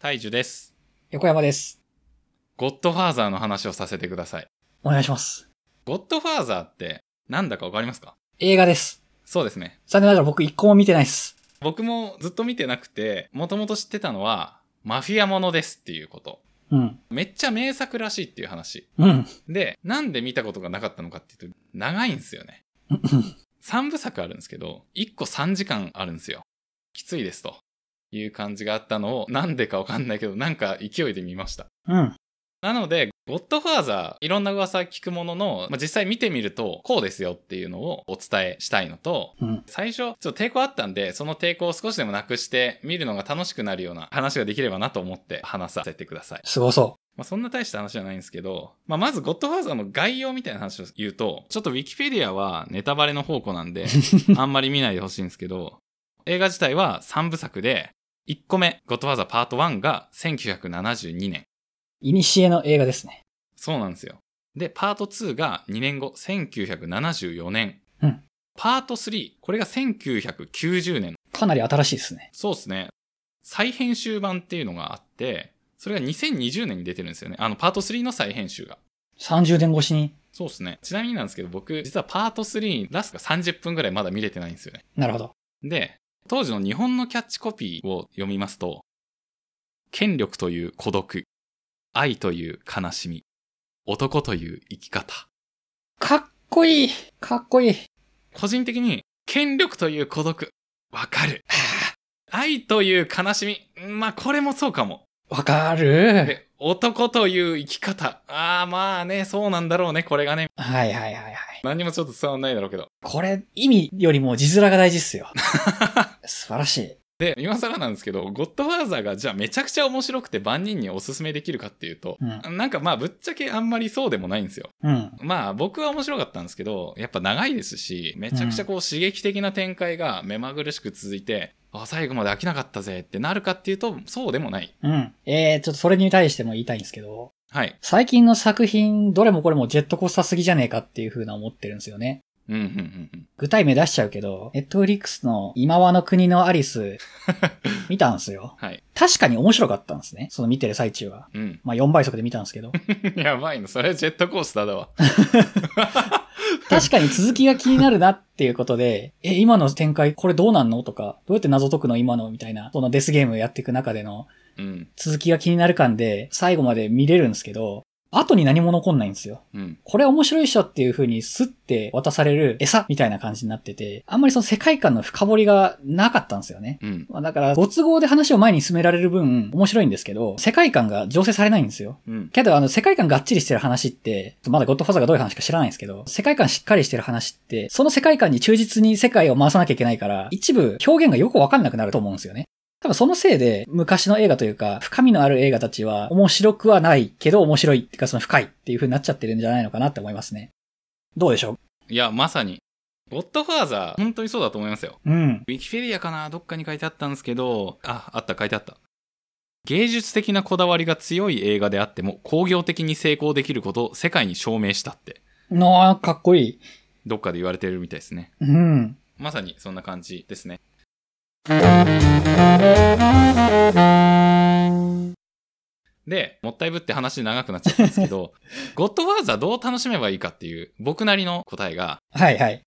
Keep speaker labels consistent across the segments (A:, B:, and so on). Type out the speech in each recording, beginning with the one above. A: 大樹です。
B: 横山です。
A: ゴッドファーザーの話をさせてください。
B: お願いします。
A: ゴッドファーザーってなんだかわかりますか
B: 映画です。
A: そうですね。
B: 残念ながら僕一個も見てないです。
A: 僕もずっと見てなくて、もともと知ってたのは、マフィアものですっていうこと。
B: うん。
A: めっちゃ名作らしいっていう話。
B: うん。
A: で、なんで見たことがなかったのかっていうと、長いんですよね。3部作あるんですけど、1個3時間あるんですよ。きついですという感じがあったのを、なんでかわかんないけど、なんか勢いで見ました。
B: うん。
A: なので、ゴッドファーザー、いろんな噂聞くものの、まあ、実際見てみると、こうですよっていうのをお伝えしたいのと、
B: うん。
A: 最初、ちょっと抵抗あったんで、その抵抗を少しでもなくして、見るのが楽しくなるような話ができればなと思って話させてください。
B: すごそ
A: まあ、そんな大した話じゃないんですけど、まあ、まずゴッドファーザーの概要みたいな話を言うと、ちょっとウィキペディアはネタバレの宝庫 なんで、あんまり見ないでほしいんですけど、映画自体は3部作で、1個目、ゴッドファーザーパート1が1972年。
B: う。いにしえの映画ですね。
A: そうなんですよ。で、パート2が2年後、1974年。
B: うん
A: パート3、これが1990年。
B: かなり新しいですね。
A: そうですね。再編集版っていうのがあって、それが2020年に出てるんですよね。あの、パート3の再編集が。
B: 30年越しに。
A: そうですね。ちなみになんですけど、僕、実はパート3、ラストが30分ぐらいまだ見れてないんですよね。
B: なるほど。
A: で、当時の日本のキャッチコピーを読みますと、権力という孤独、愛という悲しみ、男という生き方。
B: かっこいい。かっこいい。
A: 個人的に、権力という孤独、わかる。愛という悲しみ、うんまあこれもそうかも。
B: わかる。
A: で、男という生き方、ああまあね、そうなんだろうね、これがね。
B: はいはいはいはい。
A: 何にもちょっと伝わんないだろうけど。
B: これ、意味よりも字面が大事っす よ。素晴らしい。
A: で、今更なんですけど、ゴッドファーザーがじゃあめちゃくちゃ面白くて万人におすすめできるかっていうと、
B: う
A: なんかまあぶっちゃけあんまりそうでもないんですよ。
B: うん。
A: まあ僕は面白かったんですけど、やっぱ長いですし、めちゃくちゃこう刺激的な展開が目まぐるしく続いて、あ、最後まで飽きなかったぜってなるかっていうと、そうでもない。
B: うん。えー、ちょっとそれに対しても言いたいんですけど、
A: はい。
B: 最近の作品、どれもこれもジェットコースターすぎじゃねえかっていう風な思ってるんですよね。
A: うんうんうんうん。
B: 具体名出しちゃうけど、ネットフリックスの今和の国のア リス、見たんすよ。
A: はい。
B: 確かに面白かったんですね。その見てる最中は。
A: うん。
B: まあ4倍速で見たんですけど。
A: やばいの。それジェットコースターだわ。
B: 確かに続きが気になるなっていうことで、 え、今の展開これどうなんのとか、どうやって謎解くの今のみたいな、そのデスゲームやっていく中での
A: うん。
B: 続きが気になる感で最後まで見れるんですけど、後に何も残んないんですよ。
A: うん。
B: これ面白いっしょっていう風にスッて渡される餌みたいな感じになってて、あんまりその世界観の深掘りがなかったんですよね。
A: うん。
B: まあだから、ご都合で話を前に進められる分、面白いんですけど、世界観が醸成されないんですよ。
A: うん。
B: けど、あの、世界観がっちりしてる話って、まだゴッドファーザーがどういう話か知らないんですけど、世界観しっかりしてる話って、その世界観に忠実に世界を回さなきゃいけないから、一部表現がよくわかんなくなると思うんですよね。多分そのせいで、昔の映画というか、深みのある映画たちは、面白くはないけど面白いっていうか、その深いっていう風になっちゃってるんじゃないのかなって思いますね。どうでしょ
A: いや、まさに。ゴッドファーザー、本当にそうだと思いますよ。
B: ううん。
A: ウィキペディアかなどっかに書いてあったんですけど、あ、あった、書いてあった。芸術的なこだわりが強い映画であっても、工業的に成功できることを世界に証明したって、
B: のあ、かっこいい。
A: どっかで言われてるみたいですね。
B: うん。
A: まさにそんな感じですね。で、もったいぶって話長くなっちゃったんですけど、ゴッドファーザーどう楽しめばいいかっていう、僕なりの答えが、
B: はいはい。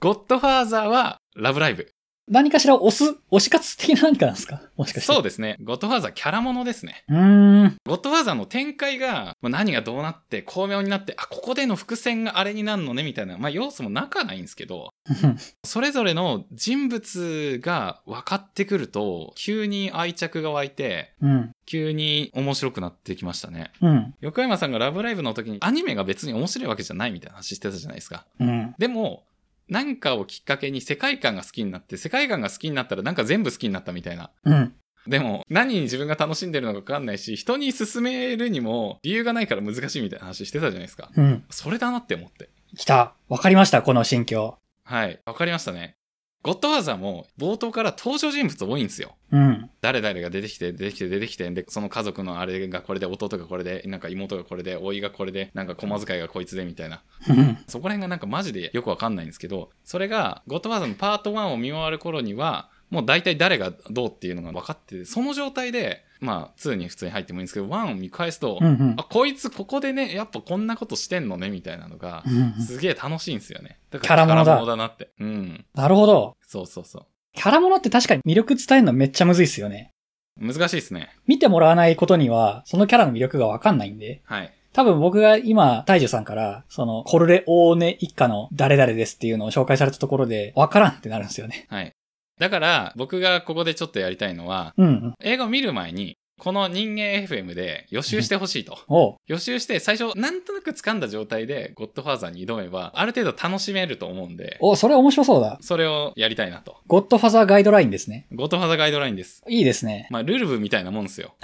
A: ゴッドファーザーはラブライブ。
B: 何かしら押す、押し活的な何かなんですかもしかして。
A: そう
B: う。
A: ですね。ゴッドファーザーキャラものですね。
B: うーん。
A: ゴッドファーザーの展開が、まあ何がどうなって、巧妙になって、あ、ここでの伏線があれになるのね、みたいな、まあ、要素もなくはないんですけど、それぞれの人物が分かってくると、急に愛着が湧いて、
B: うん。
A: 急に面白くなってきましたね。
B: うん。
A: 横山さんがラブライブの時に、アニメが別に面白いわけじゃないみたいな話してたじゃないですか。
B: うん。
A: でも、なんかをきっかけに世界観が好きになって、世界観が好きになったらなんか全部好きになったみたいな。
B: うん。
A: でも、何に自分が楽しんでるのか分かんないし、人に勧めるにも理由がないから難しいみたいな話してたじゃないですか。
B: うん。
A: それだなって思って。
B: 来た。わかりました、この心境。
A: はい。わかりましたね。ゴッドファーザーも冒頭から登場人物多いんですよ。
B: うん。
A: 誰々が出てきて、出てきて、出てきて、で、その家族のあれがこれで、弟がこれで、なんか妹がこれで、甥がこれで、なんか駒遣いがこいつで、みたいな。
B: うん。
A: そこら辺がなんかマジでよくわかんないんですけど、それが、ゴッドファーザーのパート1を見終わる頃には、もう大体誰がどうっていうのが分かってて、その状態で、まあ、2に普通に入ってもいいんですけど、1を見返すと、
B: うんうん
A: あ、こいつここでね、やっぱこんなことしてんのね、みたいなのが
B: う、んうん。
A: すげえ楽しいんですよね。だか
B: 宝
A: ら
B: 物だ
A: 宝物だなって。うん。
B: なるほど。
A: そうそうそう。
B: キャラものって確かに魅力伝えるのめっちゃむずいっすよね。
A: 難しいですね。
B: 見てもらわないことには、そのキャラの魅力がわかんないんで、
A: はい。
B: 多分僕が今、大樹さんから、その、コルレオーネ一家の誰々ですっていうのを紹介されたところで、わからんってなるんですよね。
A: はい。だから、僕がここでちょっとやりたいのは、
B: うんうん。
A: 映画を見る前に、この人間 FM で予習してほしいと。
B: おう。
A: 予習して、最初、なんとなく掴んだ状態で、ゴッドファーザーに挑めば、ある程度楽しめると思うんで、
B: おう、それ面白そうだ。
A: それをやりたいなと。
B: ゴッドファザーガイドラインですね。
A: ゴッドファーザーガイドラインです。
B: いいですね。
A: まあ、ルルブみたいなもんですよ。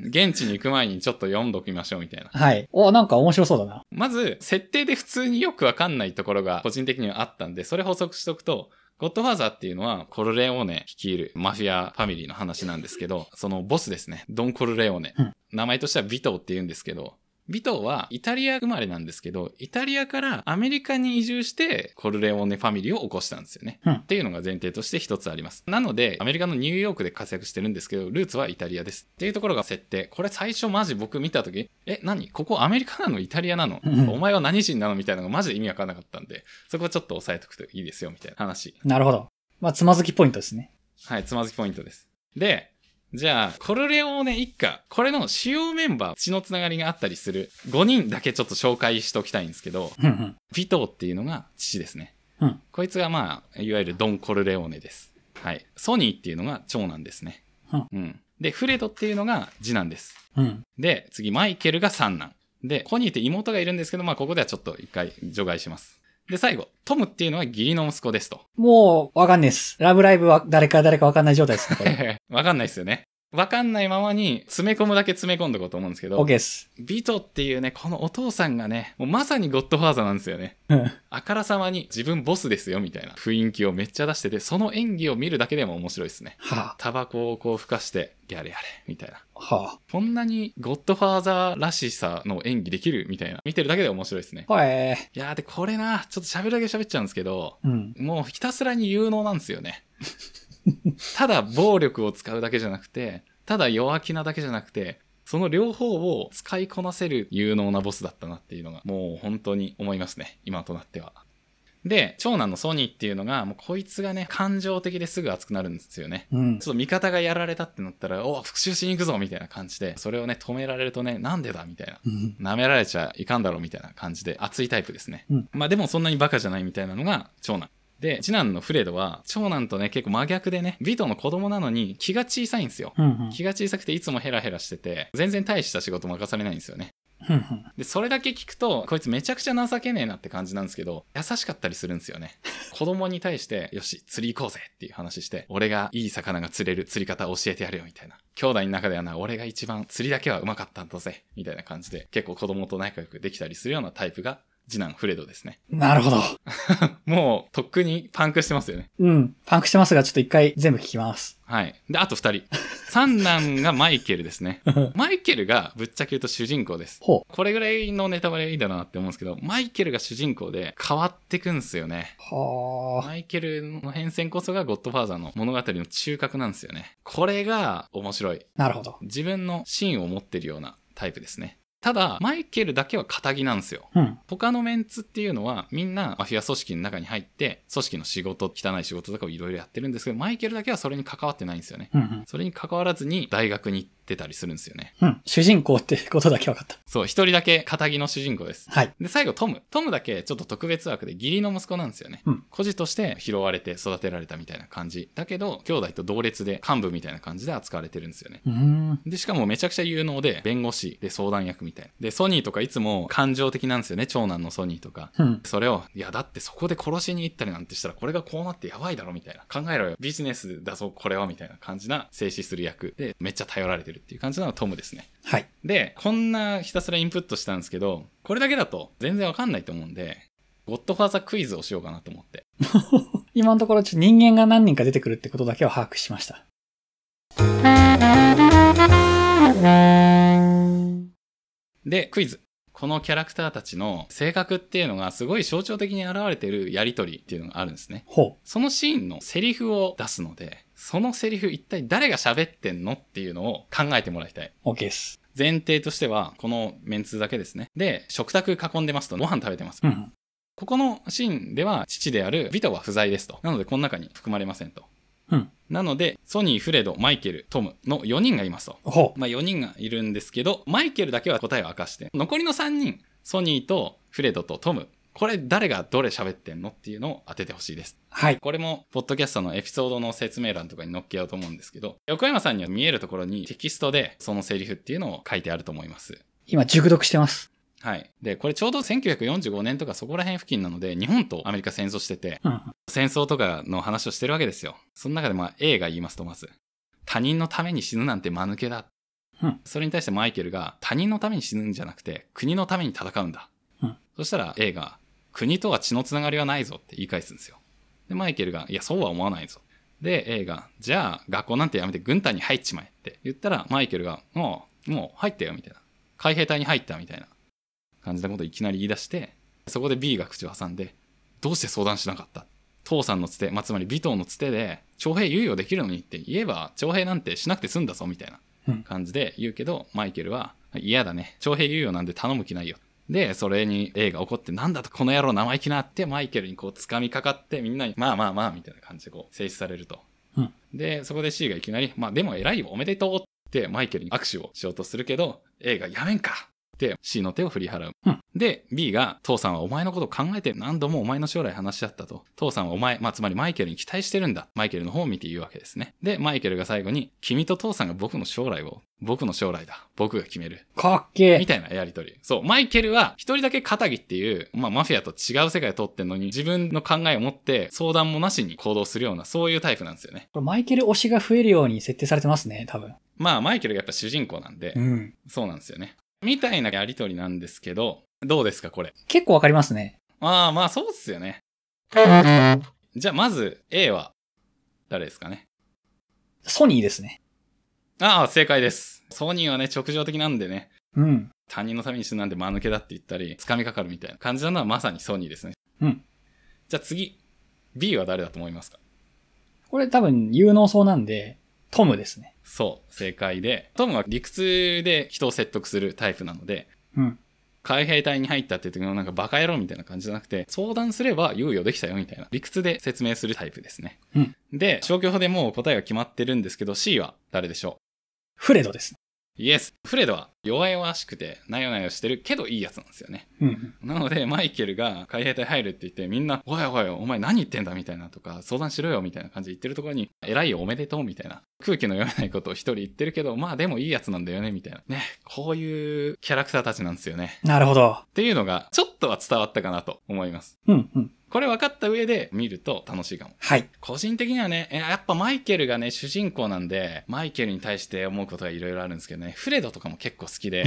A: 現地に行く前にちょっと読んどきましょうみたいな。
B: はい。おう、なんか面白そうだな。
A: まず、設定で普通によくわかんないところが個人的にはあったんで、それ補足しとくと、ゴッドファーザーっていうのは、コルレオーネ率いるマフィアファミリーの話なんですけ ど、そのボスですね、ドン・コルレオーネ。
B: うん
A: 名前としてはビトーって言うんですけど、ビトーはイタリア生まれなんですけど、イタリアからアメリカに移住して、コルレオーネファミリーを起こしたんですよね。
B: うん
A: っていうのが前提として一つあります。なので、アメリカのニューヨークで活躍してるんですけど、ルーツはイタリアです。っていうところが設定。これ最初マジ僕見たとき、え、何ここアメリカなのイタリアなの
B: うん
A: お前は何人なのみたいなのがマジで意味わかんなかったんで、そこはちょっと押さえとくといいですよ、みたいな話。
B: なるほど。まあ、つまずきポイントですね。
A: はい、つまずきポイントです。で、じゃあ、コルレオーネ一家、これの主要メンバー、血のつながりがあったりする5人だけちょっと紹介しておきたいんですけど、
B: うんうん。
A: ヴィトーっていうのが父ですね。
B: うん
A: こいつがまあ、いわゆるドン・コルレオーネです。はい。ソニーっていうのが長男ですね。
B: うん
A: で、フレドっていうのが次男です。
B: うん。
A: で、次、マイケルが三男。で、コニーって妹がいるんですけど、まあ、ここではちょっと一回除外します。で、最後、トムっていうのは義理の息子ですと。
B: もう、わかんねえっす。ラブライブは誰か誰かわかんない状態ですね、これ。
A: わかんないですよね。わかんないままに詰め込むだけ詰め込んどこうと思うんですけ
B: オッ
A: ど、
B: ケーっす。
A: ビトっていうね、このお父さんがね、もうまさにゴッドファーザーなんですよね。
B: うん。
A: あからさまに自分ボスですよみたいな雰囲気をめっちゃ出してて、その演技を見るだけでも面白いですね。
B: は
A: タバコをこう吹かして、やれやれ、みたいな。
B: あ、は
A: こんなにゴッドファーザーらしさの演技できるみたいな。見てるだけで面白いですね。
B: あ。はい。
A: いやーで、これな、ちょっと喋るだけ喋っちゃうんですけど、
B: うん。
A: もうひたすらに有能なんですよね。 ただ暴力を使うだけじゃなくて、ただ弱気なだけじゃなくて、その両方を使いこなせる有能なボスだったなっていうのが、もう本当に思いますね。今となっては。で、長男のソニーっていうのが、もうこいつがね、感情的ですぐ熱くなるんですよね。
B: うん。
A: ちょっと味方がやられたってなったら、おう復讐しに行くぞみたいな感じで、それをね、止められるとね、なんでだみたいな。
B: うん
A: 舐められちゃいかんだろうみたいな感じで熱いタイプですね、
B: うん
A: まあでもそんなにバカじゃないみたいなのが長男で次男のフレドは長男とね結構真逆でねビトの子供なのに気が小さいんですよ
B: うんうん。
A: 気が小さくていつもヘラヘラしてて全然大した仕事任されないんですよね
B: うんうん
A: でそれだけ聞くとこいつめちゃくちゃ情けねえなって感じなんですけど優しかったりするんですよね 子供に対してよし釣り行こうぜっていう話して俺がいい魚が釣れる釣り方教えてやるよみたいな兄弟の中ではな俺が一番釣りだけはうまかったんだぜみたいな感じで結構子供と仲良くできたりするようなタイプが次男フレドですね
B: なるほど。
A: もうとっくにパンクしてますよね
B: うん。パンクしてますが、ちょっと一回全部聞きます。
A: はいであと2人三男がマイケルですねマイケルがぶっちゃけ言うと主人公です
B: ほう。
A: これぐらいのネタバレいいだなって思うんですけど、マイケルが主人公で変わってくんですよね。
B: はあ。
A: マイケルの変遷こそがゴッドファーザーの物語の中核なんですよね。これが面白い。
B: なるほど。
A: 自分の芯を持ってるようなタイプですね。ただ、マイケルだけは仇なんですよ。
B: うん。
A: 他のメンツっていうのはみんなマフィア組織の中に入って、組織の仕事、汚い仕事とかをいろいろやってるんですけど、マイケルだけはそれに関わってないんですよね。
B: うんうん。
A: それに関わらずに大学に行ってたりするんですよね。
B: うん。主人公ってことだけ分かった。
A: そう、一人だけ仇の主人公です。
B: はい。
A: で、最後、トム。トムだけ、ちょっと特別枠で、義理の息子なんですよね。
B: うん
A: 孤児として拾われて育てられたみたいな感じ。だけど、兄弟と同列で、幹部みたいな感じで扱われてるんですよね。
B: うーん。
A: で、しかもめちゃくちゃ有能で、弁護士で相談役みたいな。で、ソニーとかいつも感情的なんですよね、長男のソニーとか。
B: うん。
A: それを、いや、だってそこで殺しに行ったりなんてしたら、これがこうなってやばいだろ、みたいな。考えろよ、ビジネスだぞ、これは、みたいな感じな、静止する役で、めっちゃ頼られてるっていう感じなのがトムですね。
B: はい。
A: で、こんなひたすらインプットしたんですけど、これだけだと全然わかんないと思うんで、ゴッドファーザークイズをしようかなと思って。
B: 今のところ、ちょっと人間が何人か出てくるってことだけは把握しました。
A: で、クイズ。このキャラクターたちの性格っていうのがすごい象徴的に現れてるやりとりっていうのがあるんですね。
B: ほ
A: そのシーンのセリフを出すので、そのセリフ一体誰が喋ってんのっていうのを考えてもらいたい。
B: う。OK です。
A: 前提としては、このメンツだけですね。で、食卓囲んでますと、ご飯食べてます。
B: うん。
A: ここのシーンでは、父であるビトは不在ですと。なので、この中に含まれませんと。
B: うん。
A: なので、ソニー、フレド、マイケル、トムの4人がいますと。
B: ほう。
A: まあ、4人がいるんですけど、マイケルだけは答えを明かして、残りの3人、ソニーとフレドとトム、これ誰がどれ喋ってんのっていうのを当ててほしいです。
B: はい。
A: これも、ポッドキャストのエピソードの説明欄とかに載っけようと思うんですけど、横山さんには見えるところにテキストでそのセリフっていうのを書いてあると思います。
B: 今、熟読してます。
A: はい。で、これちょうど1945年とかそこら辺付近なので、日本とアメリカ戦争してて、
B: うん。
A: 戦争とかの話をしてるわけですよ。その中でまあ A が言いますとまず、他人のために死ぬなんて間抜けだ。
B: うん
A: それに対してマイケルが、他人のために死ぬんじゃなくて、国のために戦うんだ。
B: うん
A: そしたら A が、国とは血のつながりはないぞって言い返すんですよ。で、マイケルが、いや、そうは思わないぞ。で、A が、じゃあ学校なんてやめて軍隊に入っちまえって言ったら、マイケルが、もう、もう入ったよみたいな。海兵隊に入ったみたいな感じなことをいきなり言い出して、そこで B が口を挟んで、どうして相談しなかった父さんのつて、まあ、つまり尾藤のつてで、徴兵猶予できるのにって言えば、徴兵なんてしなくて済んだぞ、みたい
B: うん
A: な感じで言うけど、マイケルは、嫌だね。徴兵猶予なんで頼む気ないよ。で、それに A が怒って、なんだとこの野郎生意気なって、マイケルにこう掴みかかって、みんなに、まあまあまあ、みたいな感じでこう、制止されると。
B: うん
A: で、そこで C がいきなり、まあでも偉いよ、おめでとうって、マイケルに握手をしようとするけど、A がやめんかって、C の手を振り払う。で、B が、父さんはお前のことを考えて何度もお前の将来話し合ったと。父さんはお前、まあ、つまりマイケルに期待してるんだ。マイケルの方を見て言うわけですね。で、マイケルが最後に、君と父さんが僕の将来を、僕の将来だ。僕が決める。
B: かっけ
A: み
B: え。
A: たいなやりとり。そう、マイケルは一人だけ片木っていう、まあ、マフィアと違う世界を通ってんのに、自分の考えを持って相談もなしに行動するような、そういうタイプなんですよね。
B: これマイケル推しが増えるように設定されてますね、多分。
A: まあ、マイケルがやっぱ主人公なんで
B: う、ん。
A: そうなんですよね。みたいなやりとりなんですけど、どうですか、これ。
B: 結構わかりますね。
A: まあまあ、そうっすよね。じゃあ、まず A は誰ですかね。
B: ソニーですね。
A: ああ、正解です。ソニーはね、直情的なんでね、
B: うん。
A: 他人のために死ぬなんで間抜けだって言ったり、掴みかかるみたいな感じなのはまさにソニーですね。
B: うん。
A: じゃあ次、B は誰だと思いますか
B: これ多分有能そうなんで、トムですね。
A: そう、正解で、トムは理屈で人を説得するタイプなので、
B: うん。
A: 海兵隊に入ったって時のなんかバカ野郎みたいな感じじゃなくて、相談すれば猶予できたよみたいな理屈で説明するタイプですね。
B: うん
A: で、消去法でもう答えが決まってるんですけど、C は誰でしょ
B: フレドです。
A: うイエス。フレドは弱々しくて、なよなよしてるけどいいやつなんですよね。
B: うん。
A: なので、マイケルが海兵隊入るって言って、みんな、おいおい、お前何言ってんだみたいなとか、相談しろよみたいな感じで言ってるところに、偉いよおめでとうみたいな、空気の読めないことを一人言ってるけど、まあでもいいやつなんだよねみたいな。ね、こういうキャラクターたちなんですよね。
B: なるほど。
A: っていうのが、ちょっとは伝わったかなと思います。
B: うん、うん。
A: これ分かった上で見ると楽しいかも。
B: はい。
A: 個人的にはね、えやっぱマイケルがね、主人公なんで、マイケルに対して思うことがいろいろあるんですけどね、フレドとかも結構好き で、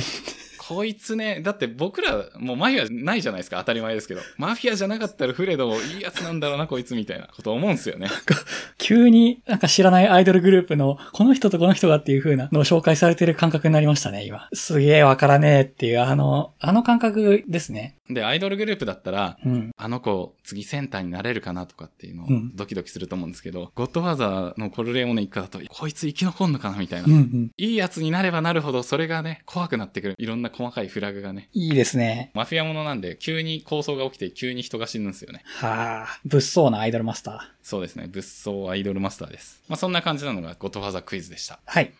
A: こいつね、だって僕ら、もうマフィアないじゃないですか、当たり前ですけど。マフィアじゃなかったらフレドもいいやつなんだろうな、こいつみたいなこと思うんですよね。
B: 急になんか知らないアイドルグループのこの人とこの人がっていう風なのを紹介されてる感覚になりましたね、今。すげえわからねえっていう、あの、あの感覚ですね。
A: で、アイドルグループだったら、
B: うん。
A: あの子、次センターになれるかなとかっていうのを
B: うん
A: ドキドキすると思うんですけど、ゴッドファーザーのコルレオネ一家だと、こいつ生き残んのかなみたいな
B: うん、う。ん。
A: いいやつになればなるほど、それがね、怖くなってくる。いろんな細かいフラグがね。
B: いいですね。
A: マフィアものなんで、急に抗争が起きて、急に人が死ぬんですよね。
B: はあ、物騒なアイドルマスタ
A: そうですね。物騒アイドルマスターです。まあ、そんな感じなのが、ゴッドファーザークイズでした。
B: ー。はい。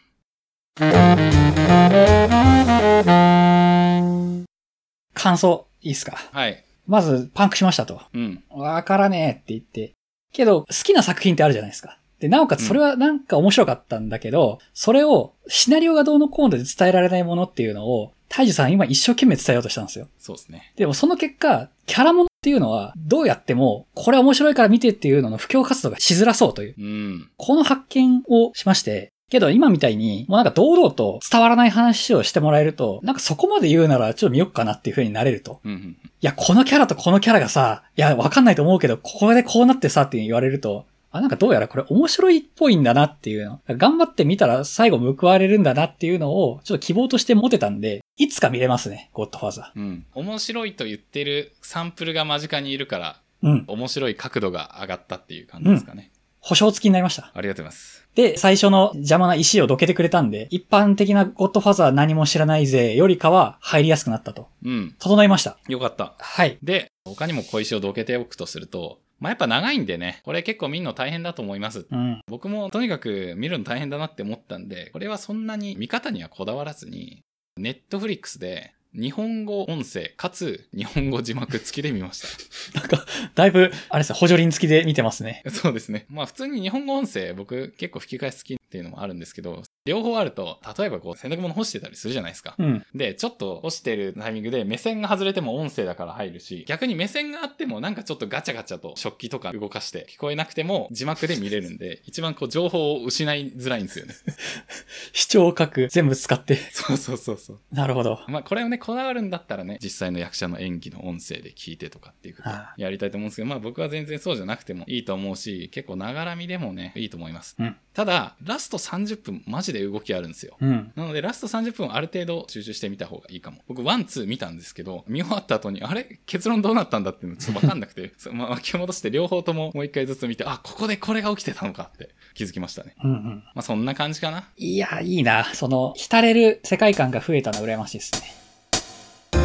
B: 感想、いいっすか。
A: はい。
B: まず、パンクしましたと。
A: うん。
B: わからねえって言って。けど、好きな作品ってあるじゃないですか。で、なおかつそれはなんか面白かったんだけど、それをシナリオがどうのこうので伝えられないものっていうのを、大樹さん今一生懸命伝えようとしたんですよ。
A: そうですね。
B: でもその結果、キャラものっていうのは、どうやっても、これ面白いから見てっていうのの布教活動がしづらそうという、
A: うん。
B: この発見をしまして、けど今みたいに、もうなんか堂々と伝わらない話をしてもらえると、なんかそこまで言うならちょっと見よっかなっていう風になれると。
A: うんうん。
B: いや、このキャラとこのキャラがさ、いや、わかんないと思うけど、ここでこうなってさって言われると、あ、なんかどうやらこれ面白いっぽいんだなっていうの。頑張ってみたら最後報われるんだなっていうのを、ちょっと希望として持てたんで、いつか見れますね、ゴッドファーザ
A: うん。面白いと言ってるサンプルが間近にいるから、
B: ー。うん。
A: 面白い角度が上がったっていう感じですかね。
B: 保証付きになりました。
A: ありがとうございます。
B: で、最初の邪魔な石をどけてくれたんで、一般的なゴッドファーザー何も知らないぜよりかは入りやすくなったと。
A: うん。
B: 整いました。
A: よかった。
B: はい。
A: で、他にも小石をどけておくとすると、まあ、やっぱ長いんでね、これ結構見るの大変だと思います。
B: うん。
A: 僕もとにかく見るの大変だなって思ったんで、これはそんなに見方にはこだわらずに、ネットフリックスで日本語音声かつ日本語字幕付きで見ました。
B: だいぶ、あれですね、補助輪付きで見てますね。
A: そうですね。まあ普通に日本語音声、僕結構吹き替え好きっていうのもあるんですけど、両方あると、例えばこう洗濯物干してたりするじゃないですか。
B: うん。
A: で、ちょっと干してるタイミングで目線が外れても音声だから入るし、逆に目線があってもなんかちょっとガチャガチャと食器とか動かして聞こえなくても字幕で見れるん で、一番こう情報を失いづらいんですよね。
B: 視聴覚全部使って。
A: そうそうそうそう。
B: なるほど。
A: まあこれをね、こだわるんだったらね、実際の役者の演技の音声で聞いてとかっていうこと
B: ああ
A: やりたいと思うんですけど、まあ僕は全然そうじゃなくてもいいと思うし、結構ながらみでもね、いいと思います。
B: うん
A: ただ、ラスト30分マジで動きあるんですよ。
B: うん。
A: なので、ラスト30分ある程度集中してみた方がいいかも。僕、ワン、ツー見たんですけど、見終わった後に、あれ結論どうなったんだっていうのちょっとわかんなくて、 そうまあ、巻き戻して両方とももう一回ずつ見て、あ、ここでこれが起きてたのかって気づきましたね。
B: うんうん。
A: まあ、そんな感じかな。
B: いや、いいな。その、浸れる世界観が増えたのは羨ましいですね。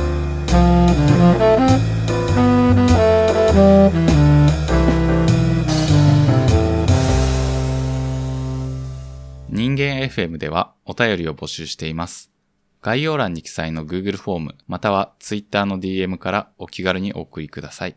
A: 人間 FM ではお便りを募集しています。概要欄に記載の Google フォームまたは Twitter の DM からお気軽にお送りください。